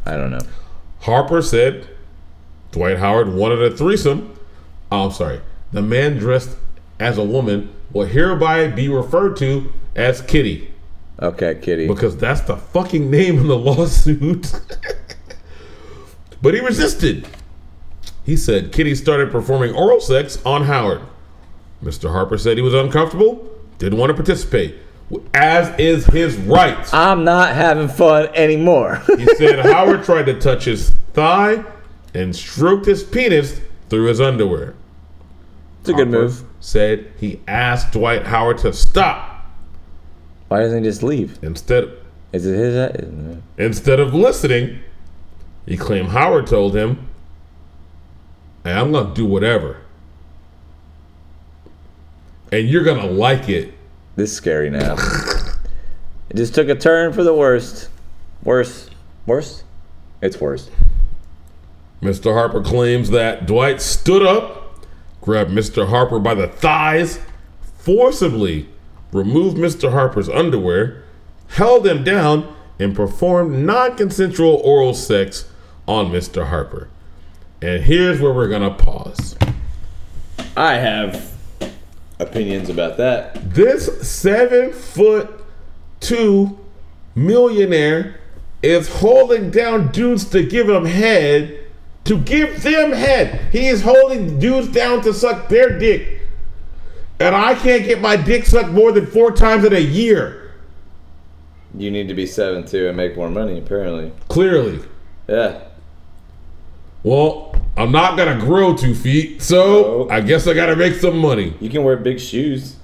Speaker 3: I don't know.
Speaker 1: Harper said Dwight Howard wanted a threesome. Oh, I'm sorry. The man dressed as a woman will hereby be referred to as Kitty.
Speaker 3: Okay, kitty.
Speaker 1: because that's the fucking name in the lawsuit. but he resisted. He said Kitty started performing oral sex on Howard. Mr. Harper said he was uncomfortable, didn't want to participate, as is his right.
Speaker 3: I'm not having fun anymore.
Speaker 1: He said Howard tried to touch his thigh and stroked his penis through his underwear.
Speaker 3: it's a good move.
Speaker 1: Said he asked Dwight Howard to stop
Speaker 3: Why doesn't he just leave?
Speaker 1: instead
Speaker 3: Is it his?
Speaker 1: instead of listening. He claimed Howard told him, "Hey, I'm gonna do whatever, and you're gonna like it."
Speaker 3: This is scary now. it just took a turn for the worst. Worse. Worse? It's worse.
Speaker 1: Mr. Harper claims that Dwight stood up, grabbed Mr. Harper by the thighs, forcibly removed Mr. Harper's underwear, held him down, and performed non consensual oral sex on Mr. Harper. And here's where we're going to pause.
Speaker 3: I have opinions about that.
Speaker 1: This seven foot two millionaire is holding down dudes to give him head. To give them head. He is holding dudes down to suck their dick. And I can't get my dick sucked more than four times in a year.
Speaker 3: You need to be seven two and make more money, apparently.
Speaker 1: Clearly.
Speaker 3: Yeah.
Speaker 1: Well, I'm not gonna grow two feet, so
Speaker 3: No.
Speaker 1: I guess I gotta make some money.
Speaker 3: You can wear big shoes.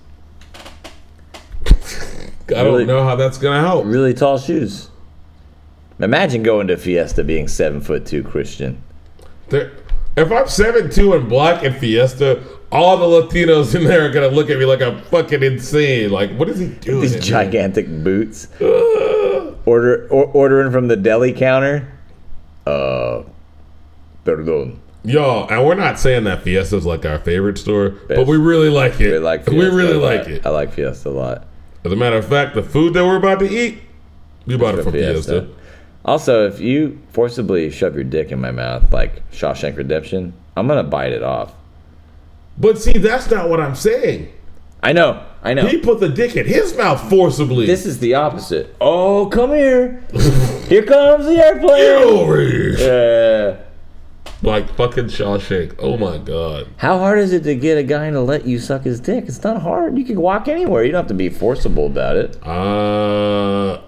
Speaker 1: I
Speaker 3: Really?
Speaker 1: don't know how that's gonna help.
Speaker 3: Really tall shoes. Imagine going to Fiesta being seven foot two Christian.
Speaker 1: There- if I'm seven two and black and Fiesta, all the Latinos in there are gonna look at me like I'm fucking insane. Like, what is he doing?
Speaker 3: These
Speaker 1: in
Speaker 3: gigantic boots.
Speaker 1: here?
Speaker 3: Order or, ordering from the deli counter. Uh perdón.
Speaker 1: Y'all, and we're not saying that Fiesta's like our favorite store, but
Speaker 3: Yes.
Speaker 1: we really like it.
Speaker 3: We like
Speaker 1: we
Speaker 3: Fiesta.
Speaker 1: really
Speaker 3: a lot.
Speaker 1: like it.
Speaker 3: I like Fiesta a lot.
Speaker 1: As a matter of fact, the food that we're about to eat, we bought it
Speaker 3: The
Speaker 1: from Fiesta.
Speaker 3: Also, if you forcibly shove your dick in my mouth like Shawshank Redemption, I'm gonna bite it off.
Speaker 1: But see, that's not what I'm saying.
Speaker 3: I know, I know.
Speaker 1: He put the dick in his mouth forcibly.
Speaker 3: This is the opposite. Oh, come here! here comes the airplane.
Speaker 1: Glory!
Speaker 3: Uh,
Speaker 1: Like fucking Shawshank. Oh my god.
Speaker 3: how hard is it to get a guy to let you suck his dick? It's not hard. You can walk anywhere. You don't have to be forcible about it.
Speaker 1: Uh,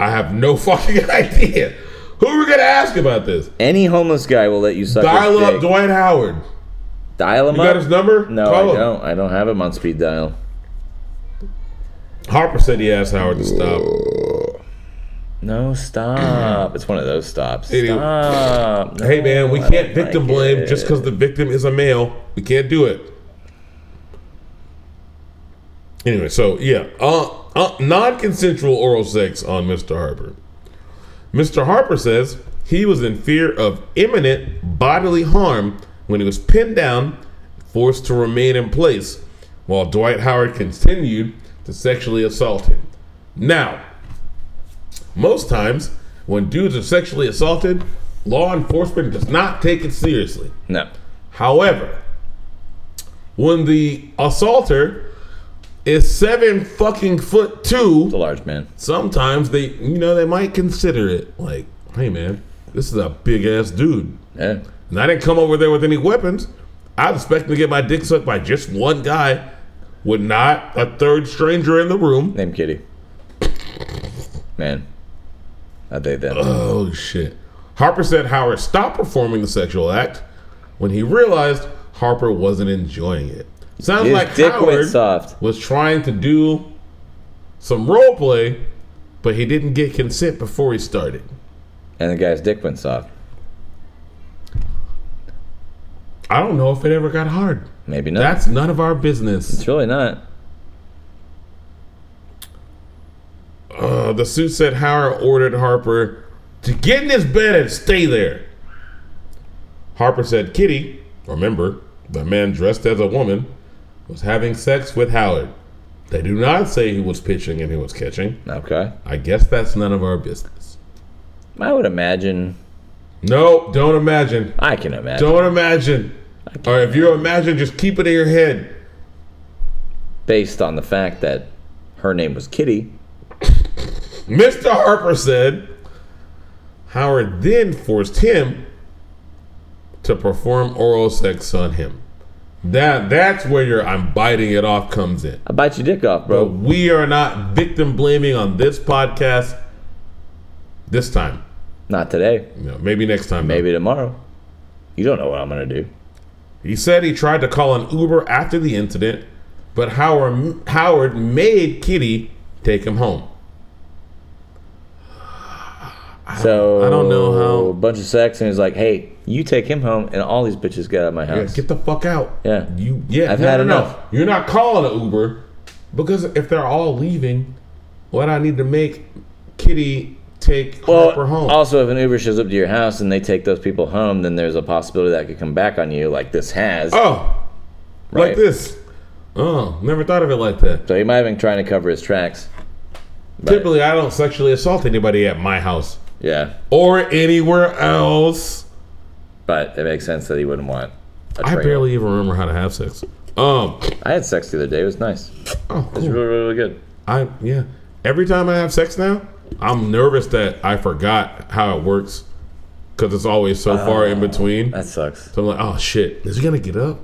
Speaker 1: I have no fucking idea. Who are we gonna ask about this?
Speaker 3: Any homeless guy will let you suck
Speaker 1: Dial
Speaker 3: his
Speaker 1: up
Speaker 3: dick.
Speaker 1: Dwight Howard.
Speaker 3: Dial him
Speaker 1: You
Speaker 3: up.
Speaker 1: got his number?
Speaker 3: no,
Speaker 1: Call
Speaker 3: I
Speaker 1: him.
Speaker 3: don't. I don't have him on speed dial.
Speaker 1: Harper said he asked Howard to stop.
Speaker 3: No, stop. it's one of those stops.
Speaker 1: Anyway.
Speaker 3: Stop. No,
Speaker 1: Hey man, we
Speaker 3: I
Speaker 1: can't
Speaker 3: don't
Speaker 1: victim
Speaker 3: like
Speaker 1: blame
Speaker 3: it.
Speaker 1: just because the victim is a male. We can't do it. Anyway, so yeah, uh, uh, non-consensual oral sex on Mr. Harper. Mr. Harper says he was in fear of imminent bodily harm when he was pinned down, forced to remain in place, while Dwight Howard continued to sexually assault him. Now, most times, when dudes are sexually assaulted, law enforcement does not take it seriously.
Speaker 3: No.
Speaker 1: However, when the assaulter is seven fucking foot
Speaker 3: The
Speaker 1: two,
Speaker 3: large man.
Speaker 1: sometimes they, you know, they might consider it like, hey man, this is a big ass dude.
Speaker 3: Yeah.
Speaker 1: And I didn't come over there with any weapons. I was expecting to get my dick sucked by just one guy, with not a third stranger in the room.
Speaker 3: Name Kitty. Man. I date that.
Speaker 1: Oh shit. Harper said Howard stopped performing the sexual act when he realized Harper wasn't enjoying it. Sounds
Speaker 3: His
Speaker 1: like
Speaker 3: dick went
Speaker 1: Howard
Speaker 3: soft.
Speaker 1: was trying to do some role play, but he didn't get consent before he started.
Speaker 3: And the guy's dick went soft.
Speaker 1: I don't know if it ever got hard.
Speaker 3: Maybe not.
Speaker 1: That's none of our business.
Speaker 3: it's really not.
Speaker 1: Uh, the suit said Howard ordered Harper to get in his bed and stay there. Harper said Kitty, remember, the man dressed as a woman, was having sex with Howard. They do not say who was pitching and who was catching.
Speaker 3: Okay.
Speaker 1: I guess that's none of our business.
Speaker 3: I would imagine.
Speaker 1: No, don't imagine.
Speaker 3: I can imagine.
Speaker 1: Don't imagine. Or if you imagine, just keep it in your head.
Speaker 3: Based on the fact that her name was Kitty.
Speaker 1: Mr. Harper said Howard then forced him to perform oral sex on him. That that's where your I'm biting it off comes in.
Speaker 3: I bite your dick off,
Speaker 1: But
Speaker 3: bro.
Speaker 1: we are not victim blaming on this podcast this time.
Speaker 3: Not today.
Speaker 1: You know, maybe next time. though.
Speaker 3: Maybe tomorrow. You don't know what I'm gonna do.
Speaker 1: He said he tried to call an Uber after the incident, but Howard, Howard made Kitty take him home.
Speaker 3: So
Speaker 1: I don't know how-
Speaker 3: a bunch of sex, and he's like, "Hey, you take him home, and all these bitches get out of my
Speaker 1: Yeah,
Speaker 3: house."
Speaker 1: get the fuck out.
Speaker 3: Yeah.
Speaker 1: You yeah,
Speaker 3: I've
Speaker 1: no,
Speaker 3: had
Speaker 1: no, no.
Speaker 3: enough.
Speaker 1: You're not calling an Uber because if they're all leaving, what I need to make Kitty take Harper home.
Speaker 3: Also, if an Uber shows up to your house and they take those people home, then there's a possibility that could come back on you, like this has.
Speaker 1: oh. Like
Speaker 3: Right.
Speaker 1: this. Oh, never thought of it like that.
Speaker 3: So he might have been trying to cover his tracks. But,
Speaker 1: Typically I don't sexually assault anybody at my house
Speaker 3: yeah,
Speaker 1: or anywhere else.
Speaker 3: but it makes sense that he wouldn't want. A
Speaker 1: I
Speaker 3: trail.
Speaker 1: barely even remember how to have sex. Um
Speaker 3: I had sex the other day. It was nice.
Speaker 1: oh,
Speaker 3: It was
Speaker 1: cool.
Speaker 3: really, really good.
Speaker 1: I yeah. Every time I have sex now, I'm nervous that I forgot how it works because it's always so far
Speaker 3: Oh,
Speaker 1: in between.
Speaker 3: That sucks.
Speaker 1: So I'm like, oh shit, is it gonna get up?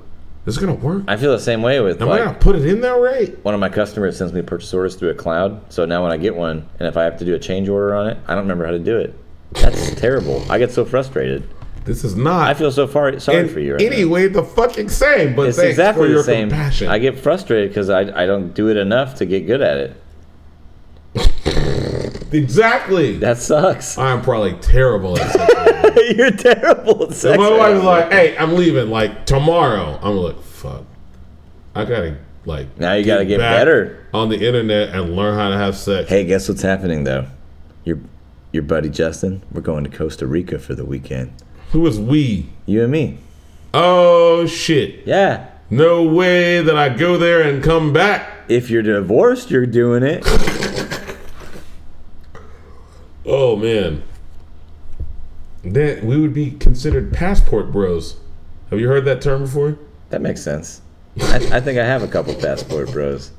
Speaker 1: Is it gonna work?
Speaker 3: I feel the same way with
Speaker 1: Am I
Speaker 3: like
Speaker 1: gonna put it in there right?
Speaker 3: one of my customers sends me purchase orders through a cloud. So now when I get one, and if I have to do a change order on it, I don't remember how to do it. That's terrible. I get so frustrated.
Speaker 1: This is not.
Speaker 3: I feel so far sorry
Speaker 1: in
Speaker 3: for you. Right now.
Speaker 1: any way the fucking same, but
Speaker 3: It's
Speaker 1: thanks
Speaker 3: exactly
Speaker 1: for your
Speaker 3: the same.
Speaker 1: compassion.
Speaker 3: I get frustrated because I, I don't do it enough to get good at it.
Speaker 1: exactly.
Speaker 3: That sucks.
Speaker 1: I'm probably terrible at sex.
Speaker 3: You're terrible at sex.
Speaker 1: my wife's
Speaker 3: ed.
Speaker 1: like, hey, I'm leaving like tomorrow. I'm like, fuck. I gotta like
Speaker 3: now you got to get
Speaker 1: back
Speaker 3: better.
Speaker 1: on the internet and learn how to have sex.
Speaker 3: Hey, guess what's happening though? Your your buddy Justin, we're going to Costa Rica for the weekend.
Speaker 1: Who is we?
Speaker 3: You and me.
Speaker 1: Oh shit.
Speaker 3: Yeah.
Speaker 1: No way that I go there and come back.
Speaker 3: If you're divorced, you're doing it.
Speaker 1: Oh man. That we would be considered passport bros. Have you heard that term before?
Speaker 3: That makes sense. I, I think I have a couple passport bros.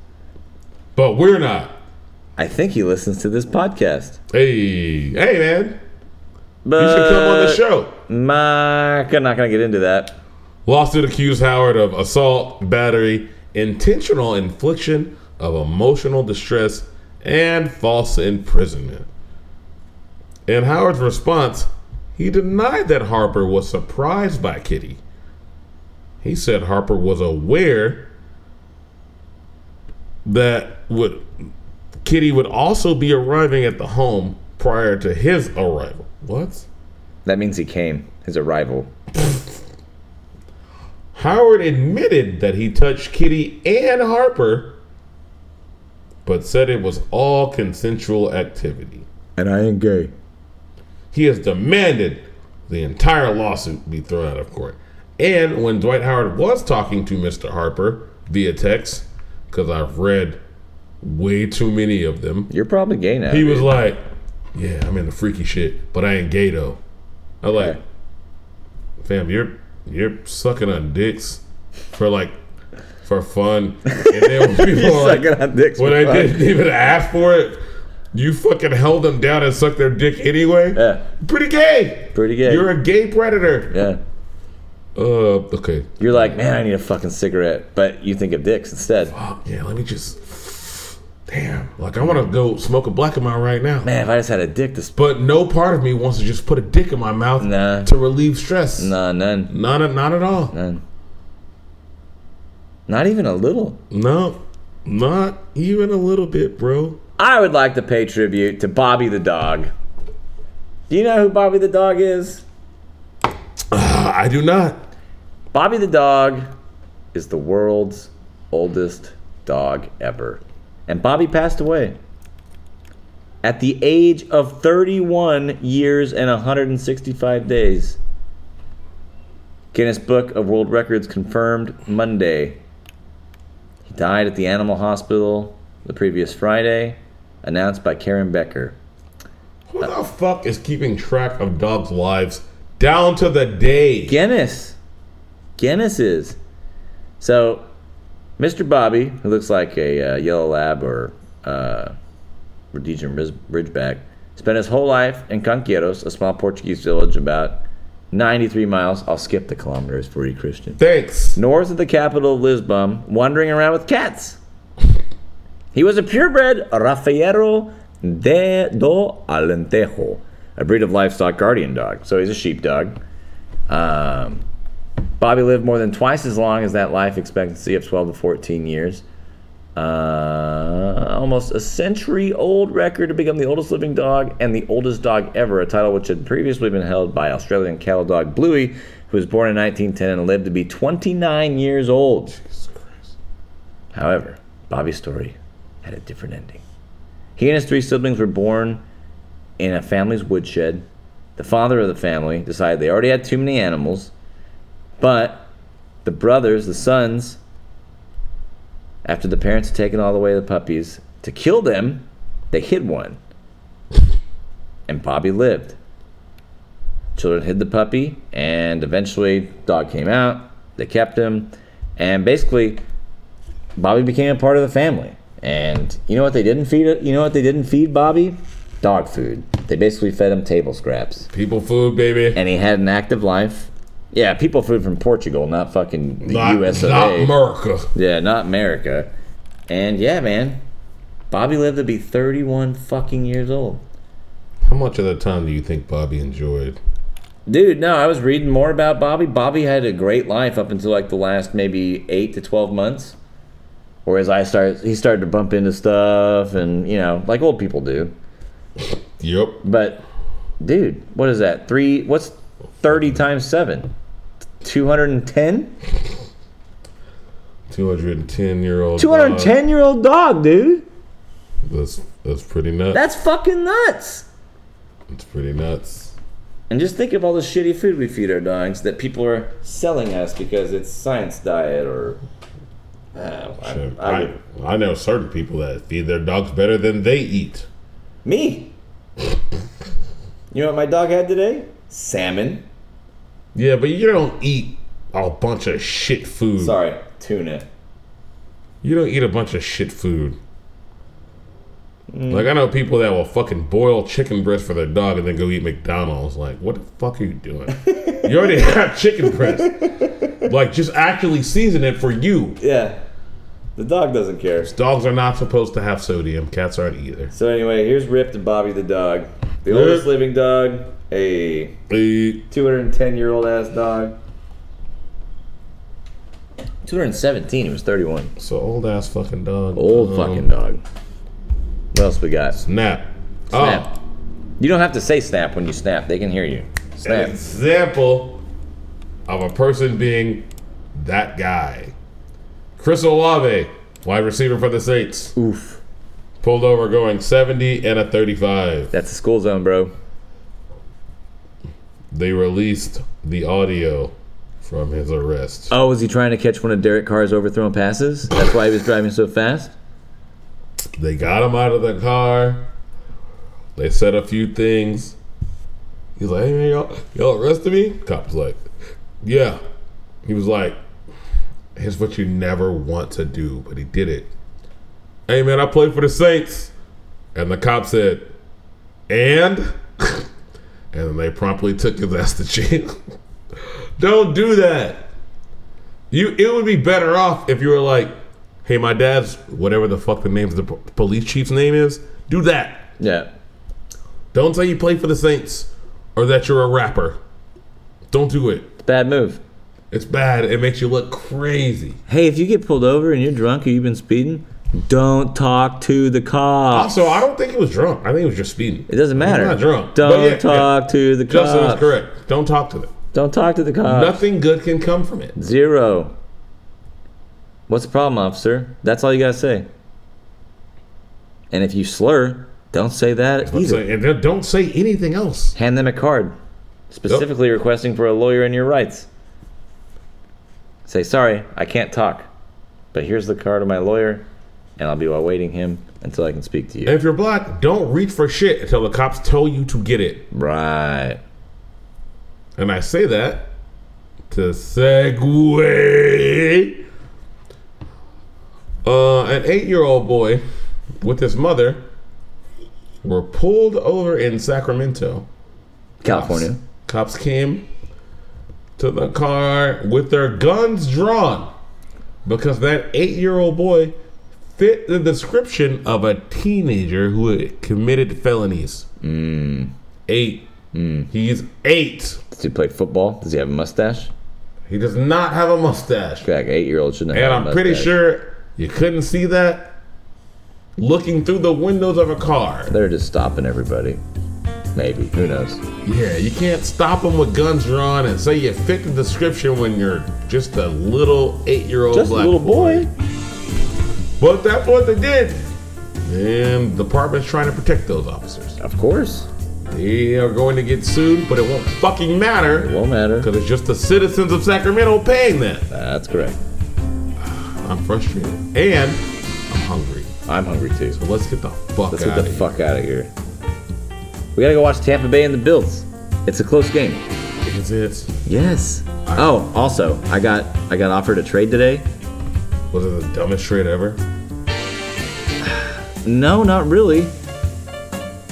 Speaker 1: But we're not.
Speaker 3: I think he listens to this podcast.
Speaker 1: Hey, hey man.
Speaker 3: But
Speaker 1: You should come
Speaker 3: Uh,
Speaker 1: on the show.
Speaker 3: Mark, I'm not gonna get into that.
Speaker 1: Lawsuit accused Howard of assault, battery, intentional infliction of emotional distress, and false imprisonment. In Howard's response, he denied that Harper was surprised by Kitty. He said Harper was aware that would Kitty would also be arriving at the home prior to his arrival. What?
Speaker 3: That means he came. His arrival.
Speaker 1: Howard admitted that he touched Kitty and Harper, but said it was all consensual activity.
Speaker 3: And I ain't gay.
Speaker 1: He has demanded the entire lawsuit be thrown out of court. And when Dwight Howard was talking to Mr. Harper via text, because I've read way too many of them,
Speaker 3: You're probably gay now.
Speaker 1: he was like, Yeah, I'm into freaky shit, but I ain't gay though. I'm like,
Speaker 3: Okay.
Speaker 1: fam, you're you're sucking on dicks for like for fun. And then when people
Speaker 3: You're
Speaker 1: are like,
Speaker 3: sucking on dicks.
Speaker 1: when
Speaker 3: for
Speaker 1: I
Speaker 3: fun.
Speaker 1: didn't even ask for it, you fucking held them down and sucked their dick anyway.
Speaker 3: Yeah,
Speaker 1: Pretty gay.
Speaker 3: pretty gay.
Speaker 1: You're a gay predator.
Speaker 3: yeah.
Speaker 1: Uh, okay.
Speaker 3: You're like, man, I need a fucking cigarette, but you think of dicks instead.
Speaker 1: Oh, yeah, let me just. Damn. Like, I want to go smoke a black of mine right now.
Speaker 3: Man, if I just had a dick to sp-
Speaker 1: But no part of me wants to just put a dick in my mouth
Speaker 3: Nah.
Speaker 1: to relieve stress.
Speaker 3: Nah, none,
Speaker 1: Not, a, not at all.
Speaker 3: none. Not even a little.
Speaker 1: No, not even a little bit, bro.
Speaker 3: I would like to pay tribute to Bobby the dog. Do you know who Bobby the dog is?
Speaker 1: Uh, I do not.
Speaker 3: Bobby the dog is the world's oldest dog ever. And Bobby passed away at the age of 31 years and 165 days. Guinness Book of World Records confirmed Monday. He died at the animal hospital the previous Friday, announced by Karen Becker.
Speaker 1: Who
Speaker 3: Uh.
Speaker 1: the fuck is keeping track of dogs' lives down to the day?
Speaker 3: Guinness. Guinness is. So, Mr. Bobby, who looks like a uh, yellow lab or uh, Rhodesian Ris- Ridgeback, Spent his whole life in Conqueiros, a small Portuguese village about 93 miles. I'll skip the kilometers for you, Christian
Speaker 1: Thanks.
Speaker 3: north of the capital of Lisbon, wandering around with cats. He was a purebred Rafaero de do Alentejo, a breed of livestock guardian dog. So he's a sheepdog. Um, Bobby lived more than twice as long as that life expectancy of 12 to 14 years. Uh, almost a century old record to become the oldest living dog and the oldest dog ever, a title which had previously been held by Australian cattle dog Bluey, who was born in 1910 and lived to be 29 years old. However, Bobby's story had a different ending. He and his three siblings were born in a family's woodshed. The father of the family decided they already had too many animals, but the brothers, the sons, after the parents had taken all the way the puppies to kill them, they hid one. And Bobby lived. Children hid the puppy, and eventually, dog came out. They kept him, and basically, Bobby became a part of the family. And you know what they didn't feed it? You know what they didn't feed Bobby? Dog food. They basically fed him table scraps
Speaker 1: People food, baby.
Speaker 3: and he had an active life. Yeah, people food from Portugal, not fucking the
Speaker 1: Not,
Speaker 3: U.S. of
Speaker 1: not
Speaker 3: A.
Speaker 1: America.
Speaker 3: yeah, not America. And yeah, man, Bobby lived to be 31 fucking years old.
Speaker 1: How much of the time do you think Bobby enjoyed?
Speaker 3: Dude, no, I was reading more about Bobby. Bobby had a great life up until like the last maybe eight to 12 months. Whereas I started, he started to bump into stuff and, you know, like old people do.
Speaker 1: Yep.
Speaker 3: But, dude, what is that? Three, what's 30 times seven? 210?
Speaker 1: 210 year old.
Speaker 3: 210 year old dog, dude.
Speaker 1: dog. That's, that's pretty nuts.
Speaker 3: That's fucking nuts.
Speaker 1: that's pretty nuts.
Speaker 3: And just think of all the shitty food we feed our dogs that people are selling us because it's science diet or. Uh, I-
Speaker 1: Shit,
Speaker 3: I
Speaker 1: I,
Speaker 3: would-
Speaker 1: I know certain people that feed their dogs better than they eat.
Speaker 3: me. you know what my dog had today? Salmon.
Speaker 1: Yeah, but you don't eat a bunch of shit food.
Speaker 3: Sorry, tuna.
Speaker 1: You don't eat a bunch of shit food. Like I know people that will fucking boil chicken breast for their dog and then go eat McDonald's. Like, what the fuck are you doing? you already have chicken breast. like, just actually season it for you.
Speaker 3: Yeah, the dog doesn't care.
Speaker 1: Dogs are not supposed to have sodium. Cats aren't either.
Speaker 3: So anyway, here's Rip to Bobby the dog, the
Speaker 1: Rip.
Speaker 3: oldest living dog, a
Speaker 1: Eh,
Speaker 3: 210 year old ass dog. 217. He was 31.
Speaker 1: So old ass fucking dog.
Speaker 3: Old
Speaker 1: Um,
Speaker 3: fucking dog. What else we got?
Speaker 1: Snap.
Speaker 3: Snap.
Speaker 1: Oh,
Speaker 3: You don't have to say snap when you snap. They can hear you.
Speaker 1: an
Speaker 3: Snap.
Speaker 1: example of a person being that guy. Chris Olave, wide receiver for the Saints.
Speaker 3: Oof.
Speaker 1: Pulled over going 70 and a 35.
Speaker 3: That's a school zone, bro.
Speaker 1: They released the audio from his arrest.
Speaker 3: Oh, was he trying to catch one of Derek Carr's overthrown passes? That's why he was driving so fast?
Speaker 1: They got him out of the car. They said a few things. He's like, hey man, y'all, y'all arrested me? Cop's like, yeah. He was like, here's what you never want to do, but he did it. Hey man, I played for the Saints. And the cop said, and? and then they promptly took his ass to jail. Don't do that. You, it would be better off if you were like, hey, my dad's whatever the fuck the name of the po- police chief's name is. Do that.
Speaker 3: Yeah.
Speaker 1: Don't say you play for the Saints or that you're a rapper. Don't do it.
Speaker 3: It's a bad move.
Speaker 1: It's bad. It makes you look crazy.
Speaker 3: Hey, if you get pulled over and you're drunk or you've been speeding, don't talk to the cops.
Speaker 1: Also, I don't think he was drunk. I think he was just speeding.
Speaker 3: It doesn't matter.
Speaker 1: He's not drunk.
Speaker 3: Don't
Speaker 1: But yeah,
Speaker 3: talk to the
Speaker 1: Yeah. Justin
Speaker 3: cops.
Speaker 1: is correct. Don't talk to them.
Speaker 3: Don't talk to the cops.
Speaker 1: Nothing good can come from it.
Speaker 3: Zero. What's the problem, officer? That's all you gotta say. And if you slur, don't say that
Speaker 1: But
Speaker 3: either.
Speaker 1: say- and then don't say anything else.
Speaker 3: Hand them a card, specifically requesting for a lawyer and your rights. Say, sorry, I can't talk, but here's the card of my lawyer, and I'll be awaiting him until I can speak to you.
Speaker 1: And if you're black, don't reach for shit until the cops tell you to get it.
Speaker 3: Right.
Speaker 1: And I say that to segue. Uh, an eight year old boy with his mother were pulled over in Sacramento.
Speaker 3: California.
Speaker 1: Cops came to the car with their guns drawn because that eight year old boy fit the description of a teenager who had committed felonies. Eight. He's eight.
Speaker 3: Does he play football? Does he have a mustache?
Speaker 1: He does not have a mustache.
Speaker 3: Like eight year old shouldn't have.
Speaker 1: And
Speaker 3: a
Speaker 1: I'm pretty
Speaker 3: mustache.
Speaker 1: sure you couldn't see that looking through the windows of a car.
Speaker 3: they're just stopping everybody. Maybe who knows?
Speaker 1: Yeah, you can't stop them with guns drawn and say you fit the description when you're just a little eight year old
Speaker 3: Just a
Speaker 1: black
Speaker 3: little boy.
Speaker 1: But that's what they did. And the department's trying to protect those officers.
Speaker 3: Of course,
Speaker 1: They are going to get sued, but it won't fucking
Speaker 3: it
Speaker 1: matter
Speaker 3: won't matter.
Speaker 1: because it's just the citizens of Sacramento paying that.
Speaker 3: That's correct.
Speaker 1: I'm frustrated and I'm hungry.
Speaker 3: I'm hungry too.
Speaker 1: So let's get the fuck
Speaker 3: Let's
Speaker 1: out
Speaker 3: get the
Speaker 1: of here.
Speaker 3: fuck out of here. We gotta go watch Tampa Bay and the Bills. It's a close game.
Speaker 1: Because it's
Speaker 3: Yes. Oh, also, I got I got offered a trade today.
Speaker 1: was it the dumbest trade ever?
Speaker 3: No, not really.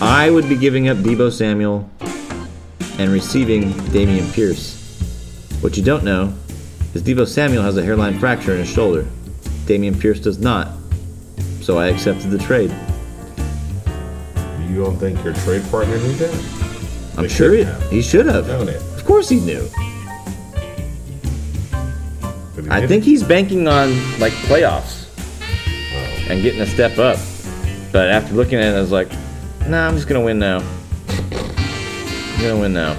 Speaker 3: I would be giving up Debo Samuel and receiving Damian Pierce. What you don't know is Debo Samuel has a hairline fracture in his shoulder. Damian Pierce does not. So I accepted the trade.
Speaker 1: You don't think your trade partner knew that?
Speaker 3: I'm
Speaker 1: They
Speaker 3: sure
Speaker 1: should
Speaker 3: he,
Speaker 1: have.
Speaker 3: he should have.
Speaker 1: Don't it?
Speaker 3: Of course he knew.
Speaker 1: But he
Speaker 3: I
Speaker 1: didn't.
Speaker 3: think he's banking on like playoffs and getting a step up. But after looking at it, I was like, nah, I'm just gonna win now. I'm gonna win now.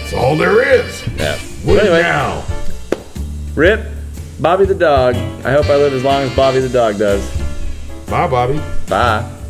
Speaker 1: That's all there is.
Speaker 3: Yeah.
Speaker 1: Win
Speaker 3: Anyway.
Speaker 1: now.
Speaker 3: Rip, Bobby the dog. I hope I live as long as Bobby the dog does.
Speaker 1: Bye, Bobby.
Speaker 3: Bye.